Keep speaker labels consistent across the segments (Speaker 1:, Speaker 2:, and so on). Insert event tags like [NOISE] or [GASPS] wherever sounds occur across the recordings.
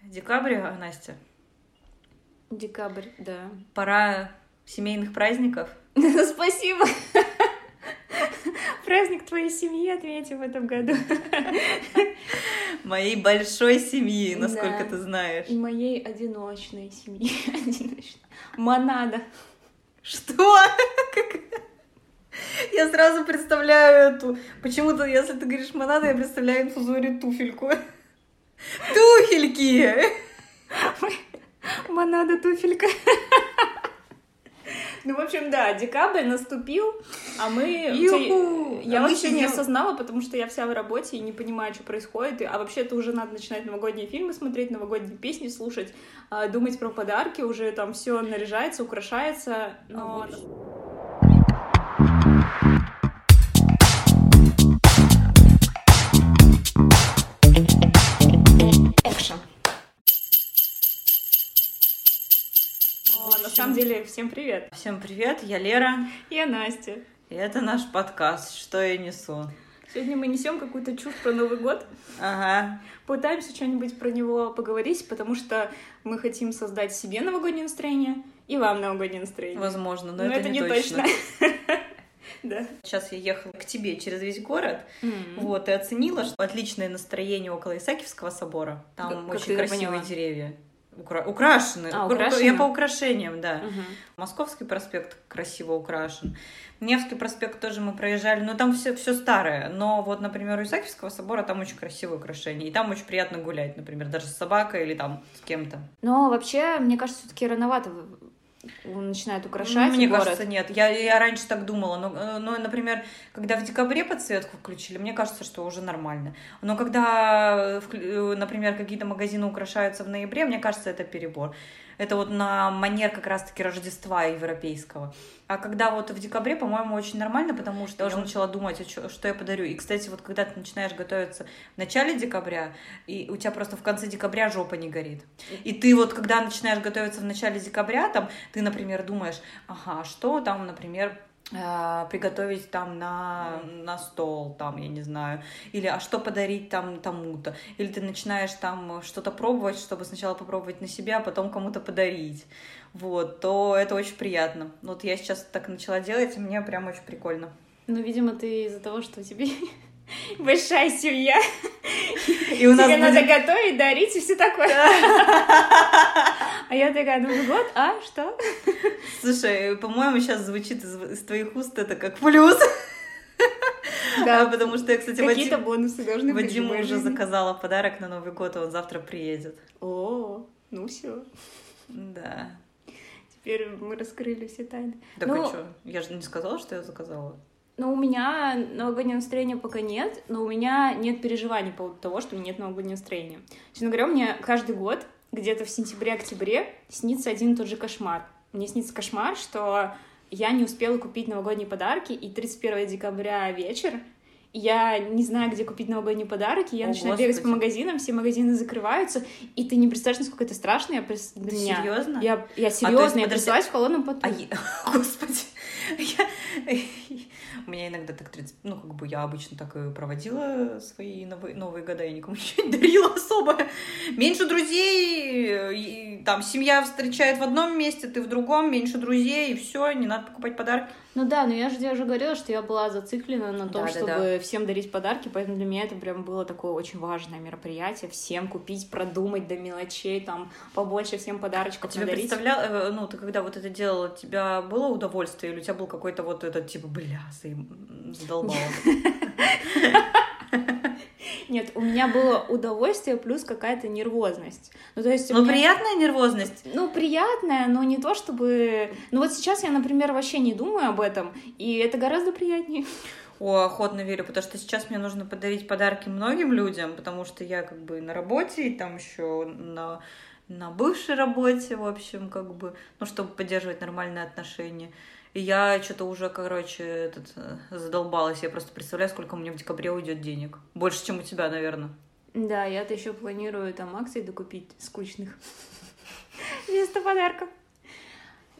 Speaker 1: декабрь, а, Настя,
Speaker 2: Декабрь, [LAUGHS] да.
Speaker 1: пора семейных праздников.
Speaker 2: Ну, Спасибо. Праздник твоей семьи отметим в этом году.
Speaker 1: Моей большой семьи,
Speaker 2: Да.
Speaker 1: насколько ты знаешь.
Speaker 2: И моей одиночной семьи. [LAUGHS] Одиночной. Монада.
Speaker 1: Что? Как- Я сразу представляю эту... Почему-то, если ты говоришь монада, я представляю инфузорию туфельку. Туфельки!
Speaker 2: Монада туфелька. Ну, в общем, да, декабрь наступил, а мы...
Speaker 1: Юху!
Speaker 2: Я
Speaker 1: А мы
Speaker 2: вообще не
Speaker 1: сидим-
Speaker 2: осознала, потому что я вся в работе и не понимаю, что происходит. И- А вообще-то уже надо начинать новогодние фильмы смотреть, новогодние песни слушать, а, думать про подарки, уже там все наряжается, украшается. Но... Экшен. На самом деле, всем привет.
Speaker 1: Всем привет, я Лера,
Speaker 2: Я Настя.
Speaker 1: и это наш подкаст «Что я несу».
Speaker 2: Сегодня мы несем какую-то чушь про Новый год.
Speaker 1: Ага,
Speaker 2: Пытаемся что-нибудь про него поговорить, потому что мы хотим создать себе новогоднее настроение и вам новогоднее настроение.
Speaker 1: возможно, но, это, не, точно. [LAUGHS]
Speaker 2: Да.
Speaker 1: Сейчас я ехала к тебе через весь город, вот, и оценила, что отличное настроение около Исаакиевского собора.
Speaker 2: Как-
Speaker 1: Там
Speaker 2: как
Speaker 1: очень
Speaker 2: ты это
Speaker 1: красивые
Speaker 2: поняла?
Speaker 1: деревья. Укра- Украшены.
Speaker 2: А,
Speaker 1: Кру- Я
Speaker 2: украшены?
Speaker 1: по украшениям, да.
Speaker 2: Мгм.
Speaker 1: Московский проспект красиво украшен. Невский проспект тоже мы проезжали, но там все, все старое. Но вот, например, у Исаакиевского собора там очень красивое украшение. И там очень приятно гулять, например, даже с собакой или там с кем-то.
Speaker 2: Но вообще, мне кажется, все-таки рановато в- начинают украшать
Speaker 1: Мне
Speaker 2: город.
Speaker 1: кажется, нет. Я, я раньше так думала. Но, э, но, например, когда в декабре подсветку включили, мне кажется, что уже нормально. Но когда, э, вклю- э, например, какие-то магазины украшаются в ноябре, мне кажется, это перебор. Это вот на манер как раз-таки Рождества европейского. А когда вот в декабре, по-моему, очень нормально, потому что я уже начала думать, а чё- что я подарю. И, кстати, вот когда ты начинаешь готовиться в начале декабря, и у тебя просто в конце декабря жопа не горит. И ты вот, когда начинаешь готовиться в начале декабря, там, ты, например, думаешь, ага, что там, например, э, приготовить там на, на стол, там, я не знаю, или а что подарить там тому-то, или ты начинаешь там э, что-то пробовать, чтобы сначала попробовать на себя, а потом кому-то подарить, вот, то это очень приятно. Вот я сейчас так начала делать, и мне прям очень прикольно.
Speaker 2: [LAUGHS] Ну, видимо, ты из-за того, что у тебя [LAUGHS] большая семья.
Speaker 1: И у нас
Speaker 2: Тебе надо
Speaker 1: будет-
Speaker 2: готовить, дарить и
Speaker 1: [LAUGHS]
Speaker 2: все такое. А я такая, Новый год, а что?
Speaker 1: Слушай, по-моему, сейчас звучит из, из твоих уст это как плюс,
Speaker 2: [LAUGHS] Да,
Speaker 1: [LAUGHS] потому что я, кстати,
Speaker 2: Какие-то
Speaker 1: Вадим,
Speaker 2: бонусы должны быть. в
Speaker 1: Вадиму
Speaker 2: моей
Speaker 1: уже
Speaker 2: жизни.
Speaker 1: заказала подарок на Новый год, и он завтра приедет.
Speaker 2: О, ну все.
Speaker 1: Да.
Speaker 2: Теперь мы раскрыли все тайны.
Speaker 1: Так
Speaker 2: Ну-
Speaker 1: а что? Я же не сказала, что я заказала.
Speaker 2: Но у меня новогоднего настроения пока нет, но у меня нет переживаний по поводу того, что у меня нет новогоднего настроения. Честно говоря, мне каждый год, где-то в сентябре-октябре, снится один и тот же кошмар. Мне снится кошмар, что я не успела купить новогодние подарки, и 31 декабря вечер, я не знаю, где купить новогодние подарки, я
Speaker 1: О,
Speaker 2: начинаю бегать по
Speaker 1: Господи.
Speaker 2: магазинам, все магазины закрываются, и ты не представляешь, насколько это страшно. Я прис- для
Speaker 1: Ты
Speaker 2: меня.
Speaker 1: серьезно? А,
Speaker 2: Я, я серьезно, я
Speaker 1: подожди.
Speaker 2: тряслась в холодном поту.
Speaker 1: А е- [LAUGHS] Господи, я... у меня иногда так 30... Ну, как бы я обычно так и проводила свои новые, новые года, я никому [LAUGHS] ничего не дарила особо. Меньше друзей, и там семья встречает в одном месте, ты в другом, меньше друзей, и все, не надо покупать подарки.
Speaker 2: Ну да, но я же тебе уже говорила, что я была зациклена на том,
Speaker 1: Да-да-да.
Speaker 2: чтобы всем дарить подарки, поэтому для меня это прям было такое очень важное мероприятие. Всем купить, продумать до мелочей, там побольше всем
Speaker 1: А
Speaker 2: подарочков
Speaker 1: тебе
Speaker 2: надарить.
Speaker 1: представлял, э, ну, ты когда вот это делала, у тебя было удовольствие, или у тебя был какой-то вот этот, типа, бля, заим-
Speaker 2: [LAUGHS]
Speaker 1: задолбала?
Speaker 2: Нет, у меня было удовольствие плюс какая-то нервозность. Ну то есть у
Speaker 1: Ну,
Speaker 2: меня-
Speaker 1: приятная нервозность?
Speaker 2: Ну, приятное, но не то чтобы... Ну, вот сейчас я, например, вообще не думаю об этом, и это гораздо приятнее.
Speaker 1: О, охотно верю, потому что сейчас мне нужно подарить подарки многим людям, потому что я как бы на работе, и там еще на, на бывшей работе, в общем, как бы, ну, чтобы поддерживать нормальные отношения. И я что-то уже, короче, этот, э, задолбалась. Я просто представляю, сколько мне в декабре уйдет денег. Больше, чем у тебя, наверное.
Speaker 2: Да, я-то еще планирую там акции докупить скучных. [LAUGHS] Вместо подарков.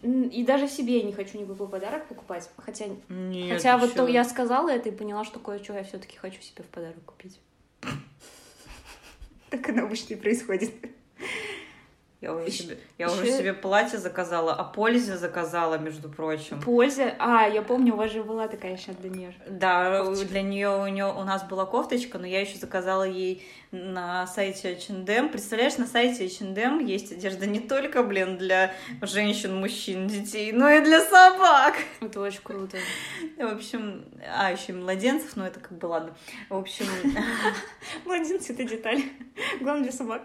Speaker 2: М, И даже себе я не хочу никакой подарок покупать. Хотя,
Speaker 1: Нет,
Speaker 2: хотя
Speaker 1: ты
Speaker 2: вот
Speaker 1: чё?
Speaker 2: то я сказала это и поняла, что кое-что я все-таки хочу [LAUGHS] себе в подарок купить. Так оно обычно и происходит.
Speaker 1: Я уже,
Speaker 2: Ещё-
Speaker 1: себе, я уже
Speaker 2: ещё-
Speaker 1: себе платье заказала, а пользе заказала, между прочим.
Speaker 2: Польза. А, я помню, у вас же была такая еще для нее.
Speaker 1: Да,
Speaker 2: Кофточка.
Speaker 1: для нее у нее у нас была кофточка, но я еще заказала ей на сайте H&M. Представляешь, на сайте H&M есть одежда не только, блин, для женщин, мужчин, детей, но и для собак.
Speaker 2: Это очень круто.
Speaker 1: В общем, а еще и младенцев, но это как бы ладно. В общем,
Speaker 2: Младенцы — это деталь. Главное для собак.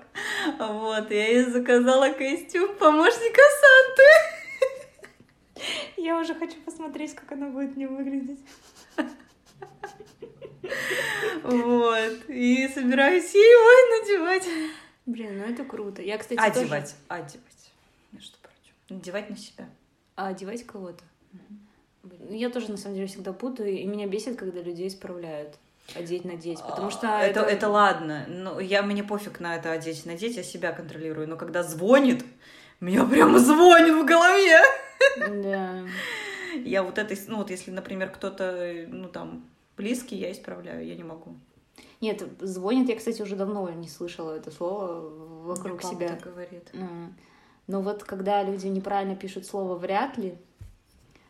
Speaker 1: вот я ей заказала костюм помощника
Speaker 2: Я уже хочу посмотреть, как она будет мне выглядеть.
Speaker 1: Санты. Вот и собираюсь ей его надевать. А,
Speaker 2: Блин, ну это круто. Я, кстати, тоже-
Speaker 1: Одевать, одевать. Между прочим, надевать на себя.
Speaker 2: А одевать кого-то.
Speaker 1: Мгм.
Speaker 2: Блин, ну Я тоже, на самом деле, всегда путаю, и меня бесит, когда людей исправляют. Одеть, надеть, потому что...
Speaker 1: А, это, это... ладно. но я мне пофиг на это одеть, надеть, я себя контролирую. Но когда звонит, меня прямо звонит в голове.
Speaker 2: [LAUGHS] Да.
Speaker 1: Я вот это, ну вот если, например, кто-то, ну там, близкий, я исправляю, я не могу.
Speaker 2: Нет, звонит, я, кстати, уже давно не слышала это слово вокруг
Speaker 1: Папа
Speaker 2: себя.
Speaker 1: так говорит.
Speaker 2: М. Но вот когда люди неправильно пишут слово «вряд ли»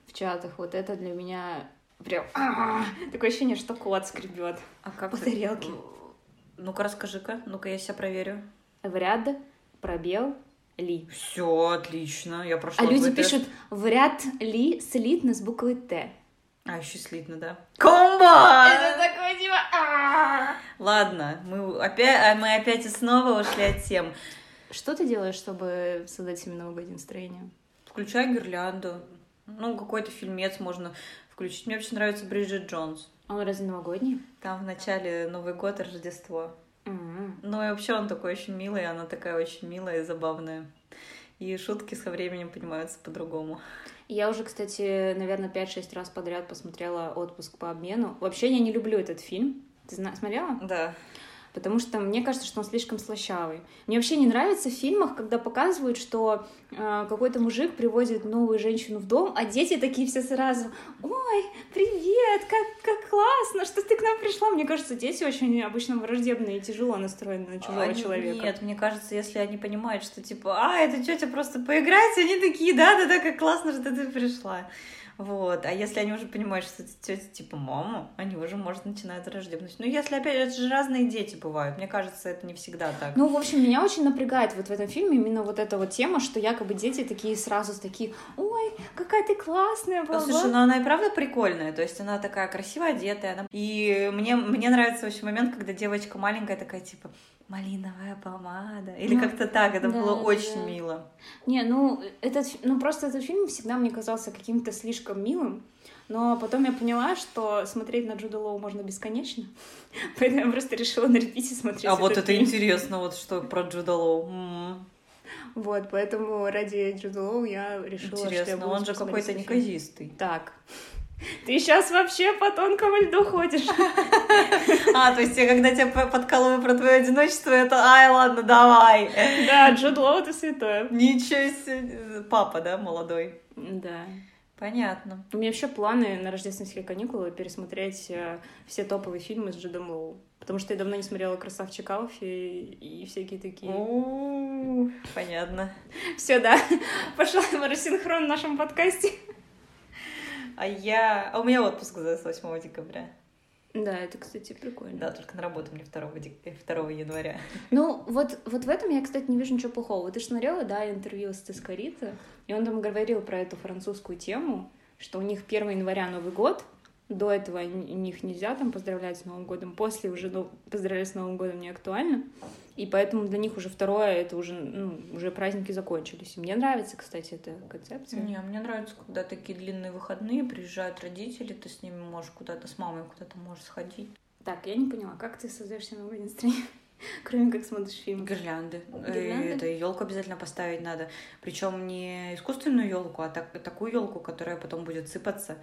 Speaker 2: в чатах, вот это для меня прям... «А!» Такое ощущение, что кот скребет.
Speaker 1: А как
Speaker 2: По
Speaker 1: ты-
Speaker 2: тарелке.
Speaker 1: Ну-ка, расскажи-ка. Ну-ка, я себя проверю.
Speaker 2: Вряд, пробел, ли.
Speaker 1: Все, отлично. Я прошла
Speaker 2: А люди
Speaker 1: твой тест.
Speaker 2: пишут «вряд ли» слитно с буквой «т».
Speaker 1: А, еще слитно, да. Комбо!
Speaker 2: Это такое типа... «А!»
Speaker 1: Ладно, мы опять, а мы опять и снова ушли от тем.
Speaker 2: Что ты делаешь, чтобы создать себе новогоднее настроение?
Speaker 1: Включай гирлянду. Ну, какой-то фильмец можно включить. Мне вообще нравится Бриджит Джонс.
Speaker 2: А Он разве новогодний?
Speaker 1: Там в начале Новый год и Рождество.
Speaker 2: М.
Speaker 1: Ну и вообще он такой очень милый, она такая очень милая и забавная. И шутки со временем понимаются по-другому.
Speaker 2: Я уже, кстати, наверное, 5-6 раз подряд посмотрела «Отпуск по обмену». Вообще, я не люблю этот фильм. Ты зна- смотрела?
Speaker 1: Да.
Speaker 2: Потому что мне кажется, что он слишком слащавый. Мне вообще не нравится в фильмах, когда показывают, что э, какой-то мужик приводит новую женщину в дом, а дети такие все сразу «Ой, привет, как, как классно, что ты к нам пришла». Мне кажется, дети очень обычно враждебные и тяжело настроены на чужого
Speaker 1: А,
Speaker 2: человека.
Speaker 1: Нет, мне кажется, если они понимают, что типа, а, это тетя просто поиграть, они такие, да-да-да, как классно, что ты пришла. Вот. А если они уже понимают, что это тетя типа мама, они уже, может, начинают враждебность. Ну, если опять, это же разные дети бывают. Мне кажется, это не всегда так.
Speaker 2: Ну, в общем, меня очень напрягает вот в этом фильме именно вот эта вот тема, что якобы дети такие сразу такие, ой, какая ты классная,
Speaker 1: Ну,
Speaker 2: бла
Speaker 1: Слушай, ну она и правда прикольная, то есть она такая красиво одетая. она- И мне, мне нравится вообще момент, когда девочка маленькая такая, типа, малиновая помада. Или
Speaker 2: Ну,
Speaker 1: как-то так, это
Speaker 2: да,
Speaker 1: было
Speaker 2: да,
Speaker 1: очень
Speaker 2: да.
Speaker 1: мило.
Speaker 2: Не, ну, этот, фи- ну, просто этот фильм всегда мне казался каким-то слишком милым, но потом я поняла, что смотреть на Джуда Лоу можно бесконечно, [LAUGHS] поэтому я просто решила на репите смотреть
Speaker 1: А вот это
Speaker 2: фильм.
Speaker 1: интересно, вот что про Джуда Лоу. М-м, М.
Speaker 2: Вот, поэтому ради Джуда Лоу я решила, что я
Speaker 1: Интересно,
Speaker 2: буду
Speaker 1: он же
Speaker 2: смотреть
Speaker 1: какой-то
Speaker 2: этот фильм.
Speaker 1: неказистый.
Speaker 2: Так. [LAUGHS] Ты сейчас вообще по тонкому льду ходишь. [LAUGHS]
Speaker 1: А, то есть я когда тебя по- подкалываю про твое одиночество, это ай, ладно, давай. [LAUGHS]
Speaker 2: Да, Джуд Лоу — это святое.
Speaker 1: Ничего себе. Папа, да, молодой.
Speaker 2: Да.
Speaker 1: Понятно.
Speaker 2: У меня вообще планы на рождественские каникулы пересмотреть э, все топовые фильмы с Джудом Лоу. Потому что я давно не смотрела «Красавчик Алфи» и, и всякие такие.
Speaker 1: У, Понятно.
Speaker 2: Все, да. [LAUGHS] Пошла рассинхрон в нашем подкасте.
Speaker 1: А я... А у меня отпуск за 8 декабря.
Speaker 2: Да, это, кстати, прикольно.
Speaker 1: Да, только на работу мне 2, дек... э, 2 января.
Speaker 2: Ну, вот, вот в этом я, кстати, не вижу ничего плохого. Ты же смотрела, да, интервью с Тескарито, и он там говорил про эту французскую тему, что у них 1 января Новый год, до этого они- у них нельзя там поздравлять с Новым годом, после уже ну, поздравлять с Новым годом не актуально, и поэтому для них уже второе, это уже, ну, уже праздники закончились. И мне нравится, кстати, эта концепция.
Speaker 1: Не, мне нравится, когда такие длинные выходные, приезжают родители, ты с ними можешь куда-то, с мамой куда-то можешь сходить.
Speaker 2: Так, я не поняла, как ты создаешь себе новогоднее настроение, [LAUGHS] кроме как смотришь фильм?
Speaker 1: Гирлянды. Э,
Speaker 2: Гирлянды?
Speaker 1: Это елку обязательно поставить надо. Причем не искусственную елку, а так- такую елку, которая потом будет сыпаться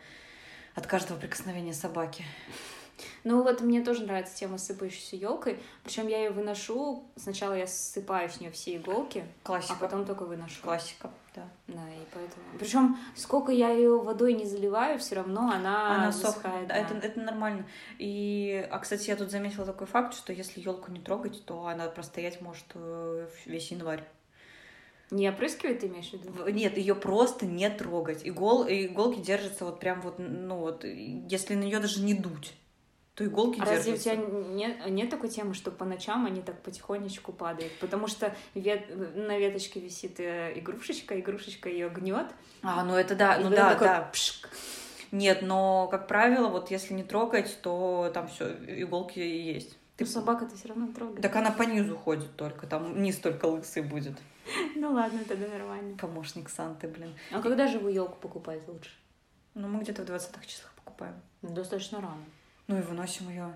Speaker 1: от каждого прикосновения собаки.
Speaker 2: Ну вот мне тоже нравится тема с сыпающейся елкой. Причем я ее выношу. Сначала я ссыпаю с нее все иголки, а
Speaker 1: Классика.
Speaker 2: потом только выношу.
Speaker 1: Классика, да.
Speaker 2: Да, и поэтому. Причем сколько я ее водой не заливаю, все равно она,
Speaker 1: Она
Speaker 2: высыхает.
Speaker 1: сохнет.
Speaker 2: да.
Speaker 1: Да, Это, это нормально. И, а, кстати, я тут заметила такой факт, что если елку не трогать, то она простоять может э, весь январь.
Speaker 2: Не опрыскивает, ты имеешь в виду?
Speaker 1: В- Нет, ее просто не трогать. Игол, иголки держатся вот прям вот, ну вот, если на нее даже не дуть, то иголки
Speaker 2: А
Speaker 1: держатся.
Speaker 2: разве у тебя нет, нет такой темы, что по ночам они так потихонечку падают? Потому что вет- на веточке висит э, игрушечка, игрушечка ее гнет.
Speaker 1: А, ну это да,
Speaker 2: и
Speaker 1: ну
Speaker 2: вот
Speaker 1: да,
Speaker 2: он такой
Speaker 1: да. Нет, но, как правило, вот если не трогать, то там все, иголки и есть.
Speaker 2: Ты Ну, собака-то все равно трогает.
Speaker 1: Так она по низу ходит только, там низ только лысый будет.
Speaker 2: [LAUGHS] Ну ладно, тогда нормально.
Speaker 1: Помощник Санты, блин.
Speaker 2: А когда же вы елку покупать лучше?
Speaker 1: Ну, мы где-то в 20-х числах покупаем.
Speaker 2: Достаточно рано.
Speaker 1: Ну и выносим ее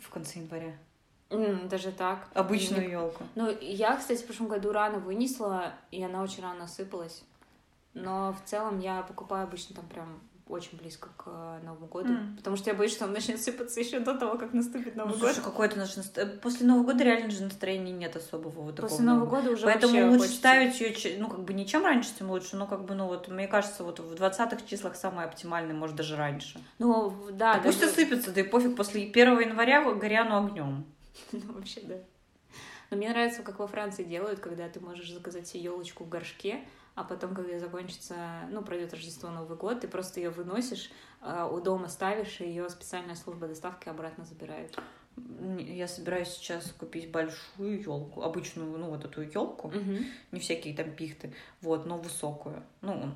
Speaker 1: в конце января.
Speaker 2: даже так.
Speaker 1: Обычную елку.
Speaker 2: Ну, я, кстати, в прошлом году рано вынесла, и она очень рано осыпалась. Но в целом я покупаю обычно там прям очень близко к э, Новому году,
Speaker 1: М.
Speaker 2: потому что я боюсь, что он начнет сыпаться еще до того, как наступит
Speaker 1: Ну,
Speaker 2: Новый год.
Speaker 1: слушай, какое-то наше настроение. После Нового года реально же настроения нет особого вот такого.
Speaker 2: После Нового года уже
Speaker 1: Поэтому
Speaker 2: вообще
Speaker 1: лучше
Speaker 2: хочется.
Speaker 1: ставить ее, ну, как бы не чем раньше, тем лучше, но как бы, ну, вот, мне кажется, вот в 20-х числах самое оптимальное, может, даже раньше.
Speaker 2: Ну, в- да.
Speaker 1: Да пусть
Speaker 2: даже-
Speaker 1: осыпется, да и пофиг, после 1 января горяну огнем.
Speaker 2: [LAUGHS] Ну, вообще, да. Но мне нравится, как во Франции делают, когда ты можешь заказать себе елочку в горшке, а потом, когда закончится, ну, пройдет Рождество, Новый год, ты просто ее выносишь, э, у дома ставишь, и ее специальная служба доставки обратно забирает.
Speaker 1: Я собираюсь сейчас купить большую елку, обычную, ну, вот эту елку, не всякие там пихты, вот, но высокую. Ну, он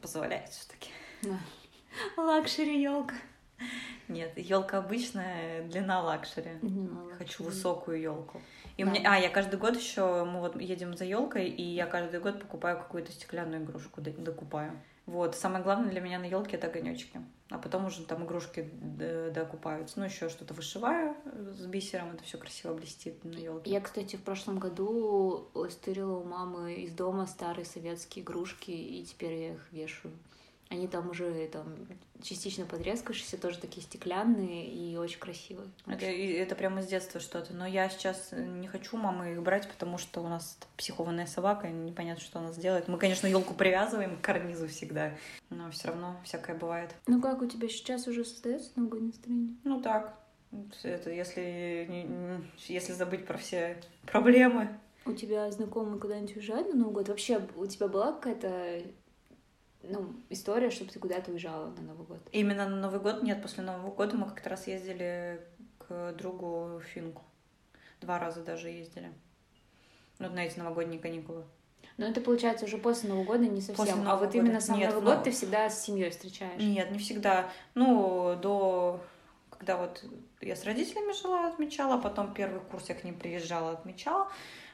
Speaker 1: позволяет все-таки.
Speaker 2: Лакшери елка.
Speaker 1: [LAUGHS] Нет, елка обычная, длина лакшери. Хочу высокую елку. И
Speaker 2: Да.
Speaker 1: мне, а я каждый год еще мы вот едем за елкой, и я каждый год покупаю какую-то стеклянную игрушку, д- докупаю. Вот самое главное для меня на елке это огонечки, а потом уже там игрушки д- докупаются. Ну еще что-то вышиваю э, с бисером, это все красиво блестит на елке.
Speaker 2: Я, кстати, в прошлом году стырила у мамы из дома старые советские игрушки, и теперь я их вешаю. Они там уже там частично потрескавшиеся, тоже такие стеклянные и очень красивые.
Speaker 1: Это, и- это прямо с детства что-то. Но я сейчас не хочу мамы их брать, потому что у нас психованная собака, и непонятно, что она сделает. Мы, конечно, елку привязываем к карнизу всегда, но все равно всякое бывает.
Speaker 2: Ну как у тебя сейчас уже создается новогоднее настроение?
Speaker 1: Ну так. Это если, не- не- если забыть про все проблемы.
Speaker 2: У тебя знакомые куда-нибудь уезжают на Новый год? Вообще у тебя была какая-то ну, история, чтобы ты куда-то уезжала на Новый год?
Speaker 1: Именно на Новый год нет. После Нового года мы как-то раз ездили к другу в Финку. Два раза даже ездили. Ну, вот на эти новогодние каникулы.
Speaker 2: Но Ну, это получается уже после Нового года ну. не совсем.
Speaker 1: После
Speaker 2: а
Speaker 1: Нового
Speaker 2: вот
Speaker 1: года.
Speaker 2: именно сам
Speaker 1: Нет,
Speaker 2: Новый
Speaker 1: но-
Speaker 2: год ты всегда с семьей встречаешь.
Speaker 1: Нет, не всегда. Ну, до... Когда вот я с родителями жила, отмечала, потом первый курс я к ним приезжала, отмечала.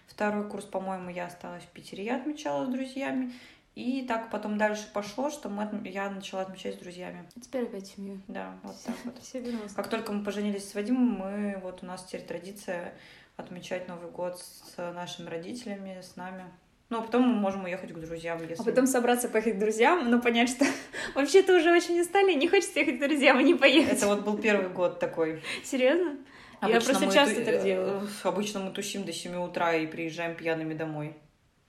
Speaker 1: Второй курс, по-моему, я осталась в Питере, я отмечала с друзьями. И так потом дальше пошло, что мы, отм- я начала отмечать с друзьями.
Speaker 2: А Теперь опять семью.
Speaker 1: Да, вот так
Speaker 2: [LAUGHS]
Speaker 1: вот.
Speaker 2: Все А вернулось.
Speaker 1: Как только мы поженились с Вадимом, мы вот у нас теперь традиция отмечать Новый год с нашими родителями, с нами. Ну, а потом мы можем уехать к друзьям, если...
Speaker 2: А потом собраться поехать к друзьям, но понять, что [LAUGHS] вообще-то уже очень устали, не хочется ехать к друзьям и не поехать.
Speaker 1: Это вот был первый год такой.
Speaker 2: [LAUGHS] Серьезно? Я просто
Speaker 1: мы
Speaker 2: часто
Speaker 1: ту-
Speaker 2: так делаю.
Speaker 1: э, Обычно мы тусим до 7 утра и приезжаем пьяными домой.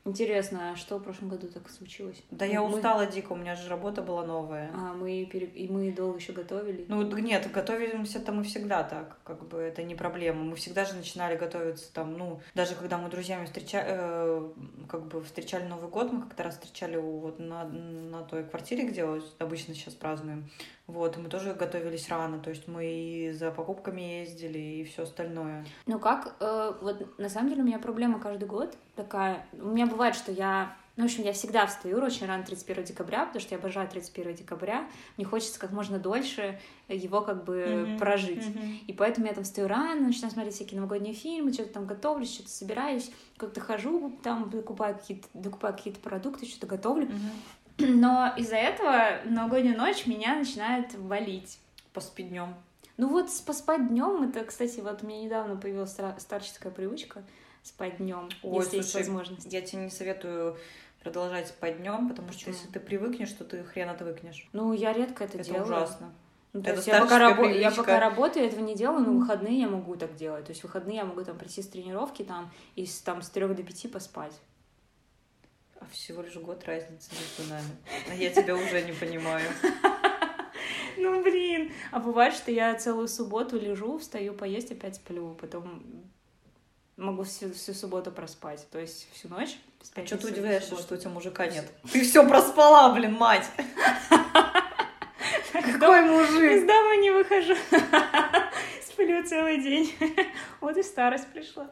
Speaker 2: Интересно, а что в прошлом году так случилось?
Speaker 1: Да я
Speaker 2: Мы-
Speaker 1: устала дико, у меня же работа была новая.
Speaker 2: А, мы, пере- и мы долго еще готовили.
Speaker 1: Ну вот нет, готовимся-то мы всегда так, как бы это не проблема. Мы всегда же начинали готовиться там, ну, даже когда мы друзьями встреча... э, как бы встречали Новый год, мы как-то раз встречали у- вот на, на той квартире, где вот обычно сейчас празднуем, вот, и мы тоже готовились рано, то есть мы и за покупками ездили, и все остальное.
Speaker 2: Ну как, э, вот на самом деле у меня проблема каждый год такая. У меня бывает, что я, ну, в общем, я всегда встаю очень рано 31 декабря, потому что я обожаю 31 декабря. Мне хочется как можно дольше его как бы
Speaker 1: Мгм.
Speaker 2: прожить. И поэтому я там встаю рано, начинаю смотреть всякие новогодние фильмы, что-то там готовлюсь, что-то собираюсь, как-то хожу, там докупаю какие-то, докупаю какие-то продукты, что-то готовлю. [CLEARS THROAT]
Speaker 1: Мгм.
Speaker 2: Но из-за этого новогоднюю ночь меня начинает валить.
Speaker 1: Поспи днем.
Speaker 2: Ну вот с- поспать днем, это, кстати, вот у меня недавно появилась стра- старческая привычка спать днем,
Speaker 1: Ой,
Speaker 2: если есть
Speaker 1: слушай,
Speaker 2: возможность.
Speaker 1: Я тебе не советую продолжать по днем, потому что
Speaker 2: Почему?
Speaker 1: если ты привыкнешь, то ты хрен отвыкнешь.
Speaker 2: Ну, я редко это,
Speaker 1: Это
Speaker 2: делаю.
Speaker 1: ужасно.
Speaker 2: Ну, то
Speaker 1: Это
Speaker 2: есть я пока,
Speaker 1: старческая
Speaker 2: рабо- я
Speaker 1: привычка.
Speaker 2: пока работаю, этого не делаю, но в выходные я могу так делать. То есть в выходные я могу там прийти с тренировки там и с, там, с 3 до 5 поспать.
Speaker 1: А всего лишь год разницы между нами. А я тебя уже не [LAUGHS] понимаю.
Speaker 2: Ну, блин. А бывает, что я целую субботу лежу, встаю поесть, опять сплю, потом могу всю, всю субботу проспать, то есть всю ночь. с
Speaker 1: А что ты
Speaker 2: пятницы до
Speaker 1: удивляешься,
Speaker 2: субботы.
Speaker 1: что у тебя мужика нет? Ты все проспала, блин, мать! Какой
Speaker 2: Из
Speaker 1: мужик?
Speaker 2: дома не выхожу. [LAUGHS] Сплю целый день. [LAUGHS] Вот и старость пришла.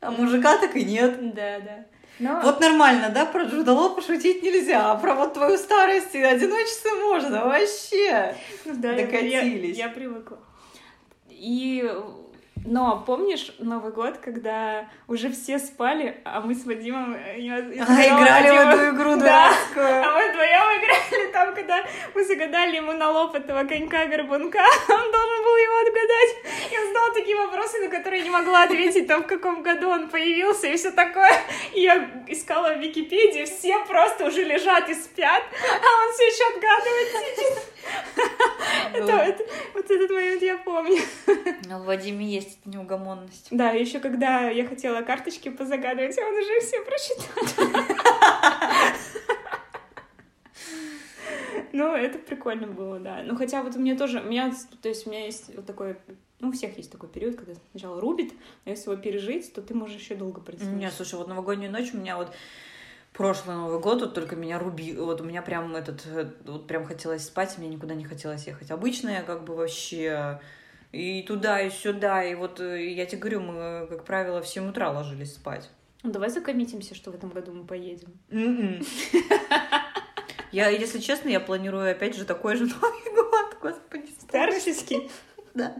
Speaker 1: А мужика так и нет.
Speaker 2: Да, да. Но
Speaker 1: Вот нормально, да, про Джуда Лоу пошутить нельзя, а про вот твою старость и одиночество можно вообще.
Speaker 2: ну да, я- я,
Speaker 1: докатились.
Speaker 2: я привыкла. И но помнишь Новый год, когда уже все спали, а мы с Вадимом э, я- я
Speaker 1: А,
Speaker 2: сказала
Speaker 1: играли в
Speaker 2: Вадиму,
Speaker 1: эту игру [LAUGHS]
Speaker 2: Да.
Speaker 1: дурацкую.
Speaker 2: А мы вдвоем играли там, когда мы загадали ему на лоб этого конька-горбунка. [LAUGHS] Он должен был его отгадать. Я задала такие вопросы, на которые не могла ответить, там, в каком году он появился и все такое. И я искала в Википедии, все просто уже лежат и спят, а он все еще отгадывает. Это- это- вот этот момент я помню.
Speaker 1: Ну, в Вадиме есть эта неугомонность.
Speaker 2: Да, еще когда я хотела карточки позагадывать, он уже все прочитал. Ну, это прикольно было, да. Ну, хотя вот у меня тоже, у меня, то есть у меня есть вот такой, ну, у всех есть такой период, когда сначала рубит, но если его пережить, то ты можешь еще долго протянуть.
Speaker 1: Не, слушай, вот новогоднюю ночь у меня вот прошлый Новый год, вот только меня руби, вот у меня прям этот, э, вот прям хотелось спать, и мне никуда не хотелось ехать. Обычно я как бы вообще и туда, и сюда, и вот э, я тебе говорю, мы, как правило, в 7 утра ложились спать.
Speaker 2: Ну, давай закоммитимся, что в этом году мы поедем.
Speaker 1: М-м. [LAUGHS] Я, если честно, я планирую опять же такой же [LAUGHS] Новый год, господи.
Speaker 2: Старческий.
Speaker 1: Да.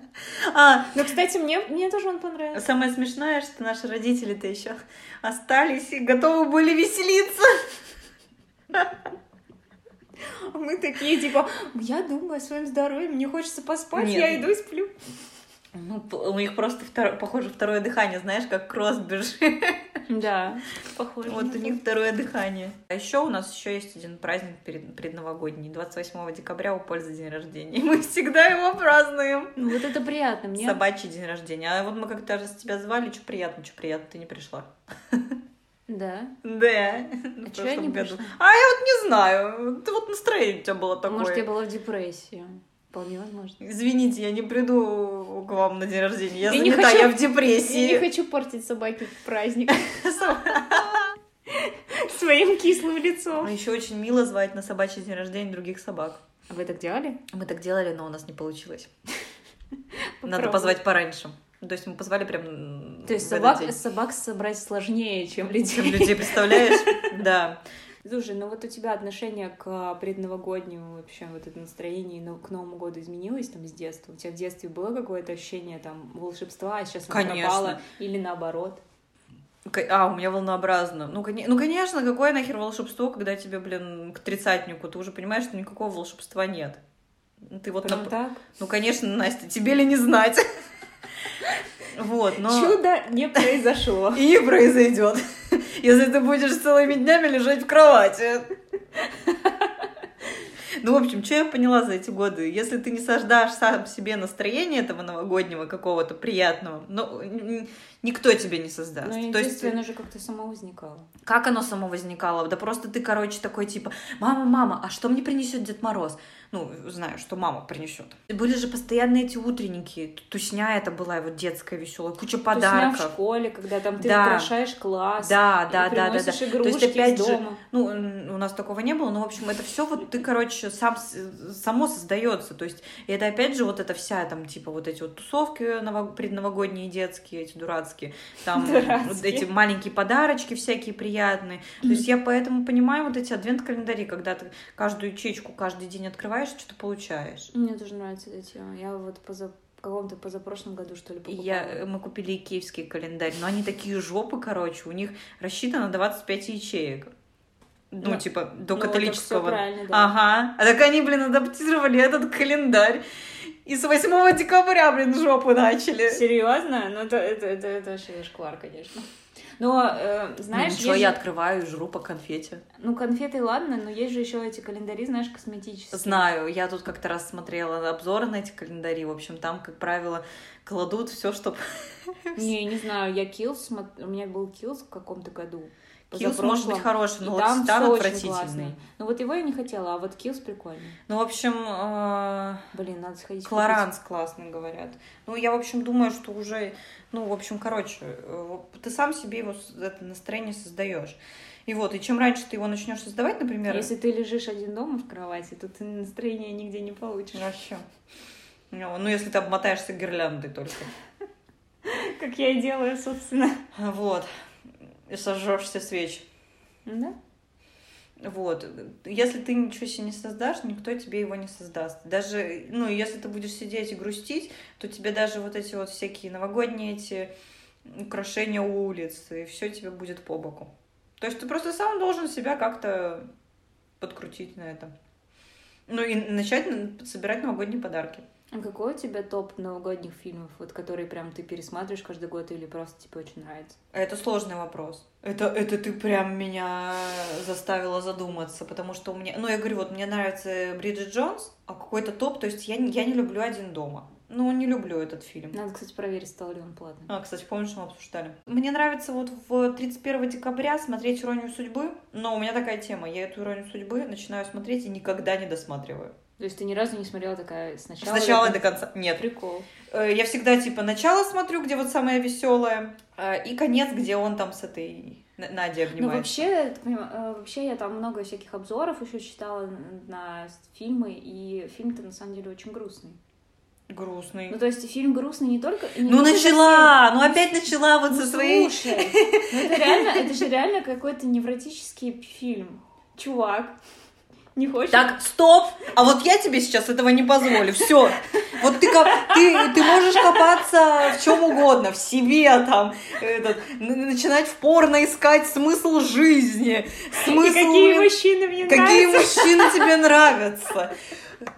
Speaker 1: А,
Speaker 2: Ну, кстати, мне, мне тоже он понравился.
Speaker 1: Самое смешное, что наши родители-то еще остались и готовы были веселиться.
Speaker 2: Мы такие, типа, я думаю о своем здоровье, мне хочется поспать,
Speaker 1: Нет.
Speaker 2: я иду и сплю.
Speaker 1: Ну, п- у них просто, втор- похоже, второе дыхание, знаешь, как кросс бежит.
Speaker 2: Да, похоже.
Speaker 1: Вот у них второе дыхание. А еще у нас еще есть один праздник перед- предновогодний. 28 декабря у пользы день рождения. И мы всегда его празднуем.
Speaker 2: Ну, вот это приятно мне.
Speaker 1: Собачий день рождения. А вот мы как-то раз тебя звали, что приятно, что приятно, ты не пришла.
Speaker 2: Да.
Speaker 1: Да.
Speaker 2: А
Speaker 1: ну, В
Speaker 2: чё я
Speaker 1: прошлом
Speaker 2: не
Speaker 1: году.
Speaker 2: пришла?
Speaker 1: А я вот не знаю. Ты вот настроение у тебя было такое.
Speaker 2: Может, я была в депрессии. Вполне возможно.
Speaker 1: Извините, я не приду к вам на день рождения. Я
Speaker 2: Я не
Speaker 1: занята,
Speaker 2: хочу-
Speaker 1: я в
Speaker 2: Я не
Speaker 1: депрессии.
Speaker 2: хочу портить собаке праздник [LAUGHS] своим кислым лицом.
Speaker 1: Еще А очень мило звать на собачий день рождения других собак.
Speaker 2: А вы так делали?
Speaker 1: Мы так делали, но у нас не получилось. Надо
Speaker 2: Попробуй.
Speaker 1: позвать пораньше. Ну, То есть мы позвали прям...
Speaker 2: То есть
Speaker 1: в этот
Speaker 2: собак,
Speaker 1: день.
Speaker 2: собак собрать сложнее, чем
Speaker 1: Чем
Speaker 2: людей.
Speaker 1: людей, представляешь? Да.
Speaker 2: [LAUGHS] Слушай, ну вот у тебя отношение к а, предновогоднему вообще вот это настроение ну, к Новому году изменилось там с детства? У тебя в детстве было какое-то ощущение там волшебства, а сейчас оно
Speaker 1: Конечно.
Speaker 2: пропало? Или наоборот?
Speaker 1: К- А, у меня волнообразно. Ну, коне- ну, конечно, какое нахер волшебство, когда тебе, блин, к тридцатнику, ты уже понимаешь, что никакого волшебства нет. Ты вот...
Speaker 2: Прям
Speaker 1: нап-
Speaker 2: так?
Speaker 1: Ну, конечно, Настя, тебе ли не знать? [LAUGHS] Вот, но...
Speaker 2: Чудо не произошло.
Speaker 1: И не произойдет, если ты будешь целыми днями лежать в кровати. Ну, в общем, что я поняла за эти годы? Если ты не создашь сам себе настроение этого новогоднего какого-то приятного, ну, н- н- никто тебе не создаст.
Speaker 2: Но
Speaker 1: То есть,
Speaker 2: единственное, оно же Ну, как-то само возникало.
Speaker 1: как оно само возникало? Да просто ты, короче, такой типа, мама, мама, а что мне принесет Дед Мороз? Ну, знаю, что мама принесет. Были же постоянно эти утренники. Тусня это была, и вот детская веселая, куча
Speaker 2: Подарков. в
Speaker 1: подарков.
Speaker 2: школе, когда там ты
Speaker 1: Да.
Speaker 2: украшаешь класс.
Speaker 1: Да,
Speaker 2: и
Speaker 1: да, да, да, да.
Speaker 2: приносишь игрушки
Speaker 1: опять
Speaker 2: из
Speaker 1: же,
Speaker 2: дома.
Speaker 1: Ну, м, у нас такого не было, но, в общем, это все вот ты, короче, сам, с- само создается. То есть, и это опять же вот эта вся там, типа, вот эти вот тусовки ново- предновогодние детские, эти дурацкие, там
Speaker 2: Дурацкие.
Speaker 1: вот эти маленькие подарочки всякие приятные. То есть, я поэтому понимаю вот эти адвент-календари, когда ты каждую ячейку каждый день открываешь, что-то получаешь.
Speaker 2: Мне тоже нравится эта тема. Я вот поза... в каком-то позапрошлом году, что ли,
Speaker 1: И
Speaker 2: покупала. Ну,
Speaker 1: Я, э, мы купили икеевский календарь, но они такие жопы, короче, у них рассчитано 25 ячеек. Ну,
Speaker 2: Ну,
Speaker 1: типа, до
Speaker 2: Ну, так всё
Speaker 1: католического.
Speaker 2: правильно, да.
Speaker 1: Ага. А так они, блин, адаптировали этот календарь. И с 8 декабря, блин, жопу начали.
Speaker 2: Серьезно? Ну, это, это, это, это вообще зашквар, конечно. Но, э, знаешь,
Speaker 1: Ничего,
Speaker 2: есть
Speaker 1: я
Speaker 2: же-
Speaker 1: открываю и жру по конфете.
Speaker 2: ну, конфеты, ладно, но есть же еще эти календари, знаешь, косметические.
Speaker 1: Знаю, я тут как-то раз смотрела обзоры на эти календари. В общем, там, как правило, кладут все, что...
Speaker 2: Не, не знаю, я Килс, у меня был Килс в каком-то году.
Speaker 1: Килс может быть
Speaker 2: позапрошлом.
Speaker 1: хороший, но
Speaker 2: И
Speaker 1: Ну, вот
Speaker 2: там
Speaker 1: Стар
Speaker 2: всё очень
Speaker 1: отвратительный.
Speaker 2: классно. Ну вот его я не хотела, а вот Килс прикольный.
Speaker 1: Ну, в общем, э,
Speaker 2: Блин, надо сходить.
Speaker 1: Клоранс классный, говорят. Ну, я, в общем, думаю, что уже, ну, в общем, короче, э, ты сам себе его, с- это настроение создаешь. И вот, и чем раньше ты его начнешь создавать, например...
Speaker 2: купить. Если ты лежишь один дома в кровати, то ты настроение нигде не получишь.
Speaker 1: Вообще. Ну, ну, если ты обмотаешься гирляндой только.
Speaker 2: [LAUGHS] Как я и делаю, собственно.
Speaker 1: Вот. И сожжешься свечи.
Speaker 2: Да?
Speaker 1: Вот. Если ты ничего себе не создашь, никто тебе его не создаст. Даже, ну, если ты будешь сидеть и грустить, то тебе даже вот эти вот всякие новогодние эти украшения улиц, и все тебе будет по боку. То есть ты просто сам должен себя как-то подкрутить на это. Ну и начать н- собирать новогодние подарки.
Speaker 2: А какой у тебя топ новогодних фильмов, вот которые прям ты пересматриваешь каждый год или просто тебе очень нравится?
Speaker 1: А Это сложный вопрос. Это, это ты прям меня заставила задуматься, потому что у меня... Ну, я говорю, вот мне нравится Бриджит Джонс, а какой-то топ, то есть я, не- я не люблю «Один дома». Ну, не люблю этот фильм.
Speaker 2: Надо, кстати, проверить, стал ли он платным.
Speaker 1: А, кстати, помнишь, мы обсуждали. Мне нравится вот в 31 декабря смотреть «Иронию судьбы», но у меня такая тема. Я эту «Иронию судьбы» начинаю смотреть и никогда не досматриваю.
Speaker 2: То есть ты ни разу не смотрела такая сначала?
Speaker 1: Сначала и
Speaker 2: до
Speaker 1: до конца. Нет.
Speaker 2: Прикол.
Speaker 1: Э, Я всегда, типа, начало смотрю, где вот самое веселое, и конец, где он там с этой... Н- Надя
Speaker 2: Ну,
Speaker 1: обнимается.
Speaker 2: вообще, я так понимаю, э, вообще я там много всяких обзоров еще читала н- на с- фильмы, и фильм-то на самом деле очень грустный.
Speaker 1: Грустный.
Speaker 2: Ну, то есть фильм грустный не только... не
Speaker 1: Ну
Speaker 2: только
Speaker 1: начала, ну опять начала вот
Speaker 2: совсем-
Speaker 1: со
Speaker 2: Ну,
Speaker 1: своей...
Speaker 2: слушай, ну это реально, это же реально какой-то невротический фильм. Чувак, не хочешь?
Speaker 1: Так, стоп! А вот я тебе сейчас этого не позволю. Все. Вот ты, коп- ты, ты можешь копаться в чем угодно, в себе там, этот, н- начинать в порно искать смысл жизни,
Speaker 2: И
Speaker 1: смысл...
Speaker 2: какие мужчины мне
Speaker 1: Какие
Speaker 2: нравятся?
Speaker 1: мужчины тебе нравятся?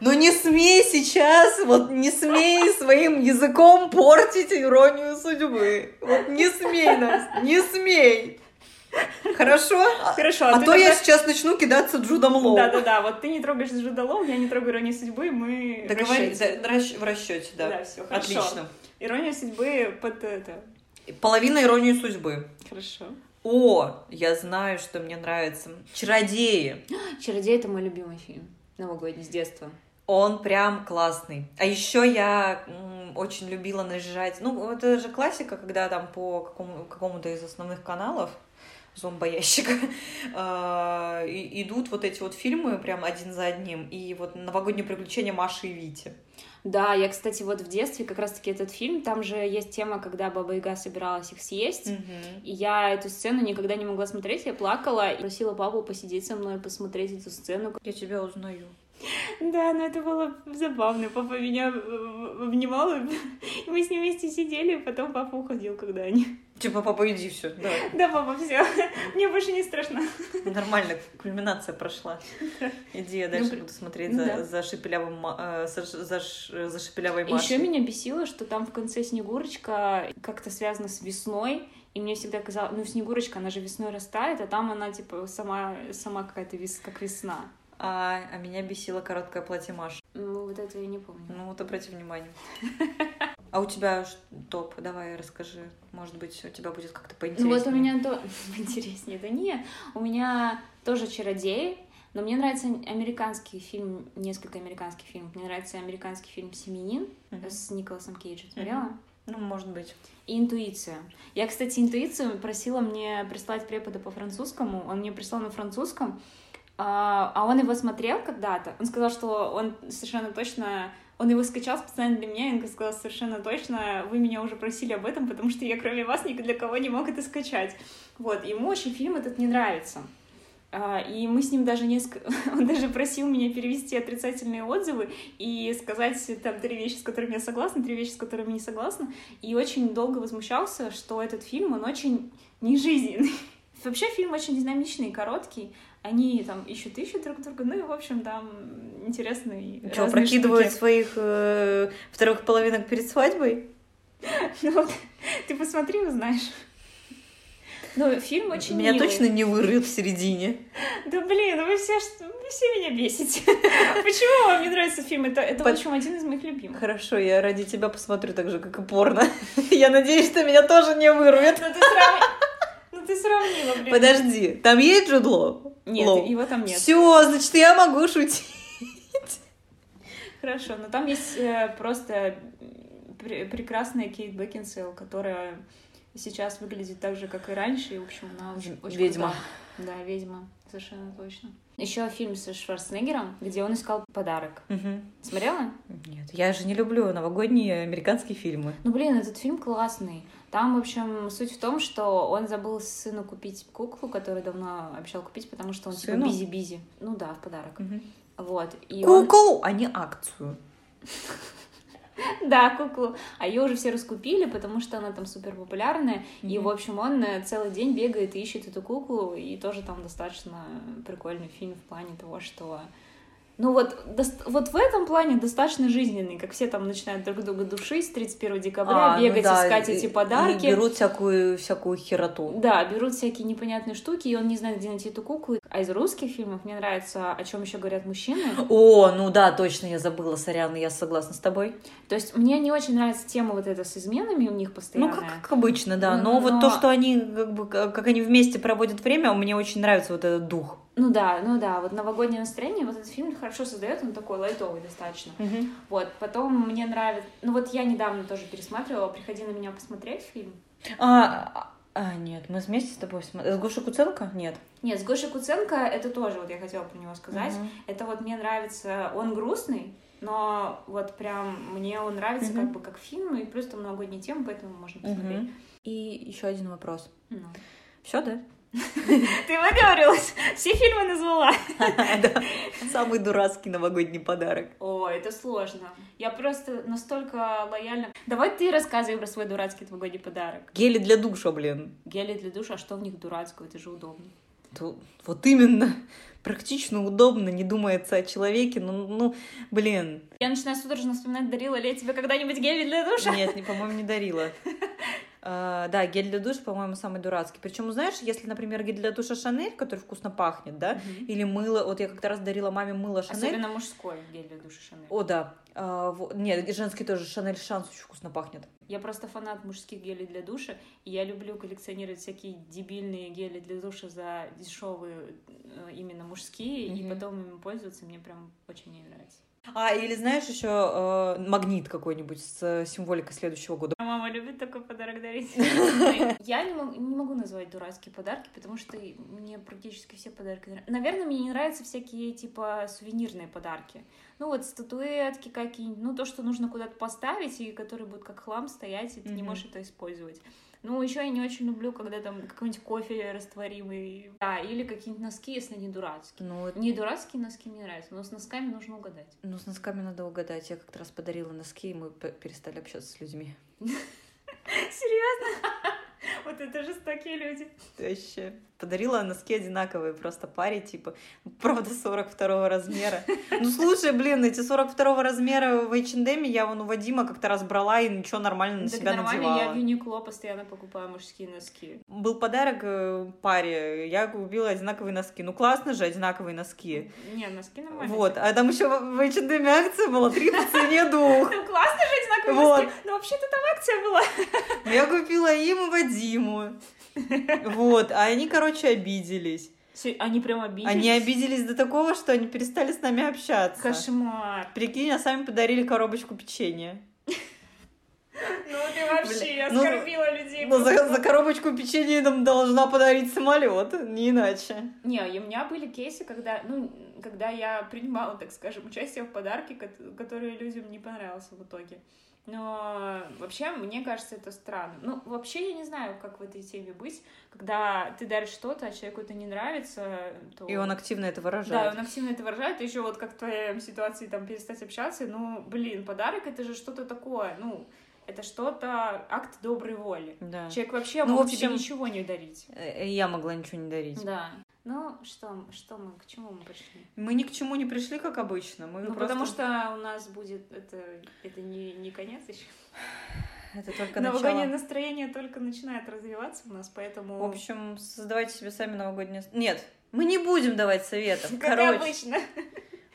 Speaker 1: Но не смей сейчас, вот не смей своим языком портить иронию судьбы. Вот не смей, Настя, не смей. Хорошо? А-
Speaker 2: Хорошо,
Speaker 1: А
Speaker 2: ты
Speaker 1: то я
Speaker 2: тогда-
Speaker 1: сейчас начну кидаться Джудом Лоу.
Speaker 2: Да-да-да, вот ты не трогаешь Джуда Лоу, я не трогаю «Иронию судьбы», и мы...
Speaker 1: Договорились,
Speaker 2: расчёте.
Speaker 1: да, расч- в расчете, да.
Speaker 2: Да, все, хорошо.
Speaker 1: Отлично.
Speaker 2: «Ирония судьбы» под это...
Speaker 1: Половина иронии судьбы.
Speaker 2: Хорошо.
Speaker 1: О, я знаю, что мне нравится. Чародеи.
Speaker 2: «Чародей» — это мой любимый фильм. Новогодний, с детства.
Speaker 1: Он прям классный. А еще я м, очень любила наезжать. Ну, это же классика, когда там по какому- какому-то из основных каналов зомбоящика [LAUGHS] э, и- идут вот эти вот фильмы прям один за одним. И вот новогодние приключения Маши и Вити.
Speaker 2: Да, я, кстати, вот в детстве как раз-таки этот фильм, там же есть тема, когда Баба Яга собиралась их съесть. И я эту сцену никогда не могла смотреть, я плакала и просила папу посидеть со мной, посмотреть эту сцену.
Speaker 1: Я тебя узнаю.
Speaker 2: Да, но это было забавно. Папа меня э, обнимал, и мы с ним вместе сидели, и потом папа уходил, когда они...
Speaker 1: Типа, папа, иди все.
Speaker 2: Да, папа, все, мне больше не страшно.
Speaker 1: Нормально, кульминация прошла. Иди, я дальше
Speaker 2: Ну,
Speaker 1: буду смотреть
Speaker 2: ну
Speaker 1: за,
Speaker 2: да.
Speaker 1: за шепелявым ма- э, за, ш- за ш- за шепелявой
Speaker 2: Еще
Speaker 1: Машей.
Speaker 2: меня бесило, что там в конце Снегурочка как-то связана с весной, и мне всегда казалось, ну, Снегурочка, она же весной растает, а там она, типа, сама, сама какая-то вес, как весна.
Speaker 1: А, а меня бесило короткое платье Маши.
Speaker 2: Ну, вот этого я не помню.
Speaker 1: Ну вот обрати внимание. А у тебя ш- топ? Давай расскажи. Может быть, у тебя будет как-то
Speaker 2: Ну,
Speaker 1: поинтереснее.
Speaker 2: вот у меня то... [LAUGHS] Интереснее, да не. У меня тоже «Чародеи», но мне нравится американский фильм, несколько американских фильмов. Мне нравится американский фильм «Семенин»
Speaker 1: Мгм.
Speaker 2: с Николасом Кейджем. Смотрела?
Speaker 1: Ну, может быть.
Speaker 2: И интуиция. Я, кстати, интуицию просила мне прислать препода по французскому. Он мне прислал на французском, а а он его смотрел когда-то. Он сказал, что он совершенно точно... Он его скачал специально для меня, и он сказал совершенно точно, вы меня уже просили об этом, потому что я кроме вас ни для кого не мог это скачать. Вот, ему очень фильм этот не нравится. А, И мы с ним даже несколько... [LAUGHS] Он даже просил меня перевести отрицательные отзывы и сказать там три вещи, с которыми я согласна, три вещи, с которыми не согласна. И очень долго возмущался, что этот фильм, он очень нежизненный. [LAUGHS] Вообще фильм очень динамичный, короткий. Они там ищут, ищут друг друга. Ну и, в общем, там интересный...
Speaker 1: Что, прокидывают своих э, вторых половинок перед свадьбой?
Speaker 2: Ну вот, ты посмотри, узнаешь. Ну, фильм очень
Speaker 1: меня
Speaker 2: милый.
Speaker 1: точно не вырыл в середине.
Speaker 2: Да блин, вы все, что- вы все меня бесите. Почему вам не нравится фильм? Это, это в
Speaker 1: Под-
Speaker 2: общем, один из моих любимых.
Speaker 1: Хорошо, я ради тебя [LAUGHS] посмотрю так же, как и порно. Я надеюсь, что меня тоже не вырвет.
Speaker 2: Ну ты, срав- ну, ты ты сравнила, блин.
Speaker 1: Подожди, там есть Джуд Лоу?
Speaker 2: Нет,
Speaker 1: Лоу.
Speaker 2: его там нет.
Speaker 1: Все, значит, я могу шутить.
Speaker 2: Хорошо, но там есть э, просто пр- прекрасная Кейт Бекинсейл, которая сейчас выглядит так же, как и раньше, и, в общем, она уже очень
Speaker 1: Ведьма.
Speaker 2: крутая. Да, ведьма, совершенно точно. Еще фильм со Шварценеггером, где он искал подарок.
Speaker 1: Мгм.
Speaker 2: Смотрела?
Speaker 1: Нет, я же не люблю новогодние американские фильмы.
Speaker 2: Ну, блин, этот фильм классный. Там, в общем, суть в том, что он забыл сыну купить куклу, которую давно обещал купить, потому что он
Speaker 1: Сыну?
Speaker 2: типа бизи-бизи. Ну да, в подарок.
Speaker 1: Мгм.
Speaker 2: Вот. И он-
Speaker 1: Кукол, а не акцию.
Speaker 2: [LAUGHS] Да, куклу. А ее уже все раскупили, потому что она там супер популярная. И,
Speaker 1: Мгм.
Speaker 2: в общем, он э, целый день бегает и ищет эту куклу. И тоже там достаточно прикольный фильм в плане того, что... Ну вот, дос- вот в этом плане достаточно жизненный, как все там начинают друг друга душить с 31 декабря,
Speaker 1: А, ну
Speaker 2: бегать,
Speaker 1: да,
Speaker 2: искать
Speaker 1: и-
Speaker 2: эти
Speaker 1: и
Speaker 2: подарки.
Speaker 1: берут всякую, всякую хероту.
Speaker 2: Да, берут всякие непонятные штуки, и он не знает, где найти эту куклу. А из русских фильмов мне нравится, о чем еще говорят мужчины.
Speaker 1: О, ну да, точно, я забыла, сорян, я согласна с тобой.
Speaker 2: То есть мне не очень нравится тема вот эта с изменами у них
Speaker 1: Ну,
Speaker 2: постоянная.
Speaker 1: как, как обычно, да. Но,
Speaker 2: Ну,
Speaker 1: вот
Speaker 2: но-
Speaker 1: то, что они как бы как как они вместе проводят время, мне очень нравится вот этот дух.
Speaker 2: Ну да, ну да, вот новогоднее настроение, вот этот фильм хорошо создает, он такой лайтовый достаточно. Вот, потом мне нравится, ну вот я недавно тоже пересматривала, приходи на меня посмотреть фильм.
Speaker 1: А, а, нет, мы вместе с тобой смотрели. С Гошей Куценко? Нет.
Speaker 2: Нет, с Гошей Куценко это тоже, вот я хотела про него сказать.
Speaker 1: Мгм.
Speaker 2: Это вот мне нравится, он грустный, но вот прям мне он нравится
Speaker 1: Мгм.
Speaker 2: как бы как фильм, и плюс там новогодние темы, поэтому можно посмотреть.
Speaker 1: Мгм. И еще один вопрос.
Speaker 2: Ну. [LAUGHS]
Speaker 1: Все, да?
Speaker 2: Ты выговорилась, все фильмы назвала.
Speaker 1: [LAUGHS] Да. Самый дурацкий новогодний подарок.
Speaker 2: О, это сложно. Я просто настолько лояльна. Давай ты рассказывай про свой дурацкий новогодний подарок.
Speaker 1: Гели для душа, блин.
Speaker 2: Гели для душа, а что в них дурацкого? Это же удобно.
Speaker 1: Ту- Вот именно. Практично удобно, не думается о человеке. Ну, ну блин.
Speaker 2: Я начинаю судорожно вспоминать, дарила ли я тебе когда-нибудь гели для душа?
Speaker 1: Нет, не, по-моему, не
Speaker 2: [LAUGHS]
Speaker 1: дарила. А, да, гель для душа, по-моему, самый дурацкий. Причем, знаешь, если, например, гель для душа Шанель, который вкусно пахнет, да,
Speaker 2: Мгм.
Speaker 1: или мыло, вот я как-то раз дарила маме мыло Шанель,
Speaker 2: Особенно мужской гель для душа Шанель.
Speaker 1: О, да. А, во- Нет, и женский тоже. Шанель Шанс очень вкусно пахнет.
Speaker 2: Я просто фанат мужских гелей для душа, и я люблю коллекционировать всякие дебильные гели для душа за дешевые э, именно мужские, и
Speaker 1: Мгм.
Speaker 2: потом ими пользоваться мне прям очень не нравится.
Speaker 1: А, или знаешь еще э, магнит какой-нибудь с э, символикой следующего года.
Speaker 2: А Мама любит такой подарок дарить. Я не могу, не могу назвать дурацкие подарки, потому что мне практически все подарки нравятся. Наверное, мне не нравятся всякие, типа, сувенирные подарки. Ну, вот статуэтки какие-нибудь, ну, то, что нужно куда-то поставить, и которые будут как хлам стоять, и ты не
Speaker 1: Мгм.
Speaker 2: можешь это использовать. Ну, еще я не очень люблю, когда там какой-нибудь кофе растворимый, да, или какие-нибудь носки, если они дурацкие.
Speaker 1: Ну, вот-
Speaker 2: Не дурацкие носки мне нравятся, но с носками нужно [LAUGHS] угадать.
Speaker 1: ну, с носками надо угадать. Я как-то раз подарила носки, и мы п- перестали общаться с людьми.
Speaker 2: Серьезно? [LAUGHS] Вот это жестокие люди.
Speaker 1: Вообще. Подарила носки одинаковые просто паре, типа, правда, 42 размера. Ну, слушай, блин, эти 42 размера в H&M я вон у Вадима как-то раз брала и ничего нормально на
Speaker 2: Так
Speaker 1: себя
Speaker 2: нормально, я
Speaker 1: надевала.
Speaker 2: в Юникло постоянно покупаю мужские носки.
Speaker 1: Был подарок э, паре, я купила одинаковые носки. Ну, классно же, одинаковые носки.
Speaker 2: Не, носки нормально.
Speaker 1: Вот, а там еще в в H&M акция была, три по цене двух.
Speaker 2: Ну, классно же одинаковые
Speaker 1: Вот.
Speaker 2: носки. Ну, вообще-то там акция была.
Speaker 1: Я купила им и Вадиму. Вот, а они, короче, обиделись.
Speaker 2: Они прям обиделись.
Speaker 1: Они обиделись до такого, что они перестали с нами общаться.
Speaker 2: Кошмар.
Speaker 1: Прикинь, а сами подарили коробочку печенья.
Speaker 2: Ну, ты
Speaker 1: Бля, ну,
Speaker 2: людей.
Speaker 1: Ну, за, за коробочку печенья нам должна подарить самолет, не иначе.
Speaker 2: Не, и у меня были кейсы, когда, ну, когда я принимала, так скажем, участие в подарке, кот- которые людям не понравился в итоге. Но вообще, мне кажется, это странно. Ну, вообще, я не знаю, как в этой теме быть, когда ты даришь что-то, а человеку это не нравится, то...
Speaker 1: И он активно это
Speaker 2: Да,
Speaker 1: выражает.
Speaker 2: он активно это выражает, и еще вот как в твоей ситуации там перестать общаться, ну, блин, подарок это же что-то такое, ну, это что-то, акт доброй воли.
Speaker 1: Да.
Speaker 2: Человек вообще
Speaker 1: Ну,
Speaker 2: мог
Speaker 1: в
Speaker 2: тебе
Speaker 1: общем,
Speaker 2: ничего не дарить.
Speaker 1: Э, Я могла ничего не дарить.
Speaker 2: Да. Ну, что, что мы, к чему мы пришли?
Speaker 1: Мы ни к чему не пришли, как обычно. Мы
Speaker 2: Ну,
Speaker 1: просто-
Speaker 2: потому что у нас будет, это, это не, не конец еще.
Speaker 1: Это только начало.
Speaker 2: Новогоднее настроение только начинает развиваться у нас, поэтому...
Speaker 1: В общем, создавайте себе сами новогодние... с- Нет, мы не будем давать советов.
Speaker 2: как
Speaker 1: Короче,
Speaker 2: обычно.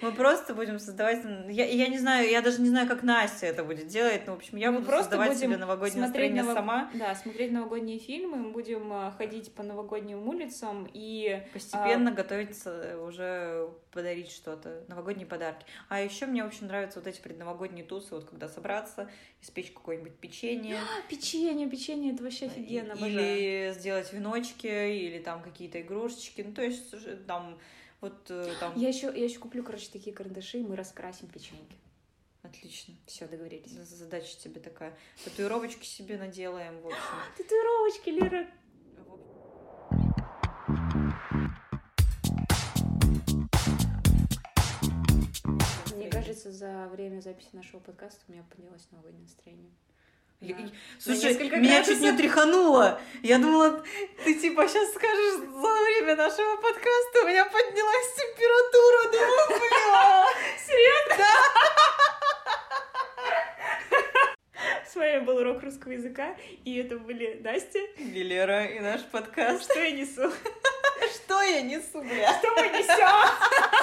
Speaker 1: Мы просто будем создавать... Я, я не знаю, я даже не знаю, как Настя это будет делать, но, в общем, я
Speaker 2: Мы
Speaker 1: буду
Speaker 2: просто
Speaker 1: создавать
Speaker 2: будем
Speaker 1: себе новогоднее
Speaker 2: смотреть
Speaker 1: настроение
Speaker 2: ново-
Speaker 1: сама.
Speaker 2: Да, смотреть новогодние фильмы, мы будем а, ходить по новогодним улицам и...
Speaker 1: Постепенно готовиться уже подарить что-то, новогодние подарки. А еще мне очень нравятся вот эти предновогодние тусы, вот когда собраться, испечь какое-нибудь
Speaker 2: [GASPS]
Speaker 1: печенье.
Speaker 2: А, печенье, печенье, это вообще офигенно, обожаю.
Speaker 1: Или сделать веночки, или там какие-то игрушечки. Ну, то есть уже там вот э, там...
Speaker 2: Я еще, я еще куплю, короче, такие карандаши, и мы раскрасим печеньки.
Speaker 1: Отлично.
Speaker 2: Все, договорились.
Speaker 1: З- Задача тебе такая. Татуировочки себе наделаем, в общем.
Speaker 2: Татуировочки, Лера. Мне
Speaker 1: Настроение.
Speaker 2: кажется, за время записи нашего подкаста у меня поднялось новогоднее настроение.
Speaker 1: Я-
Speaker 2: [LAUGHS] Да.
Speaker 1: Слушай,
Speaker 2: несколько
Speaker 1: меня
Speaker 2: градусов.
Speaker 1: чуть не тряхануло. Я думала, ты типа сейчас скажешь, за время нашего подкаста у меня поднялась температура. Думаю, бля.
Speaker 2: Серьезно? Да! [LAUGHS] С вами был урок русского языка, и это были Настя.
Speaker 1: Велера и наш подкаст.
Speaker 2: Что я несу?
Speaker 1: Что я несу, бля?
Speaker 2: Что мы несем?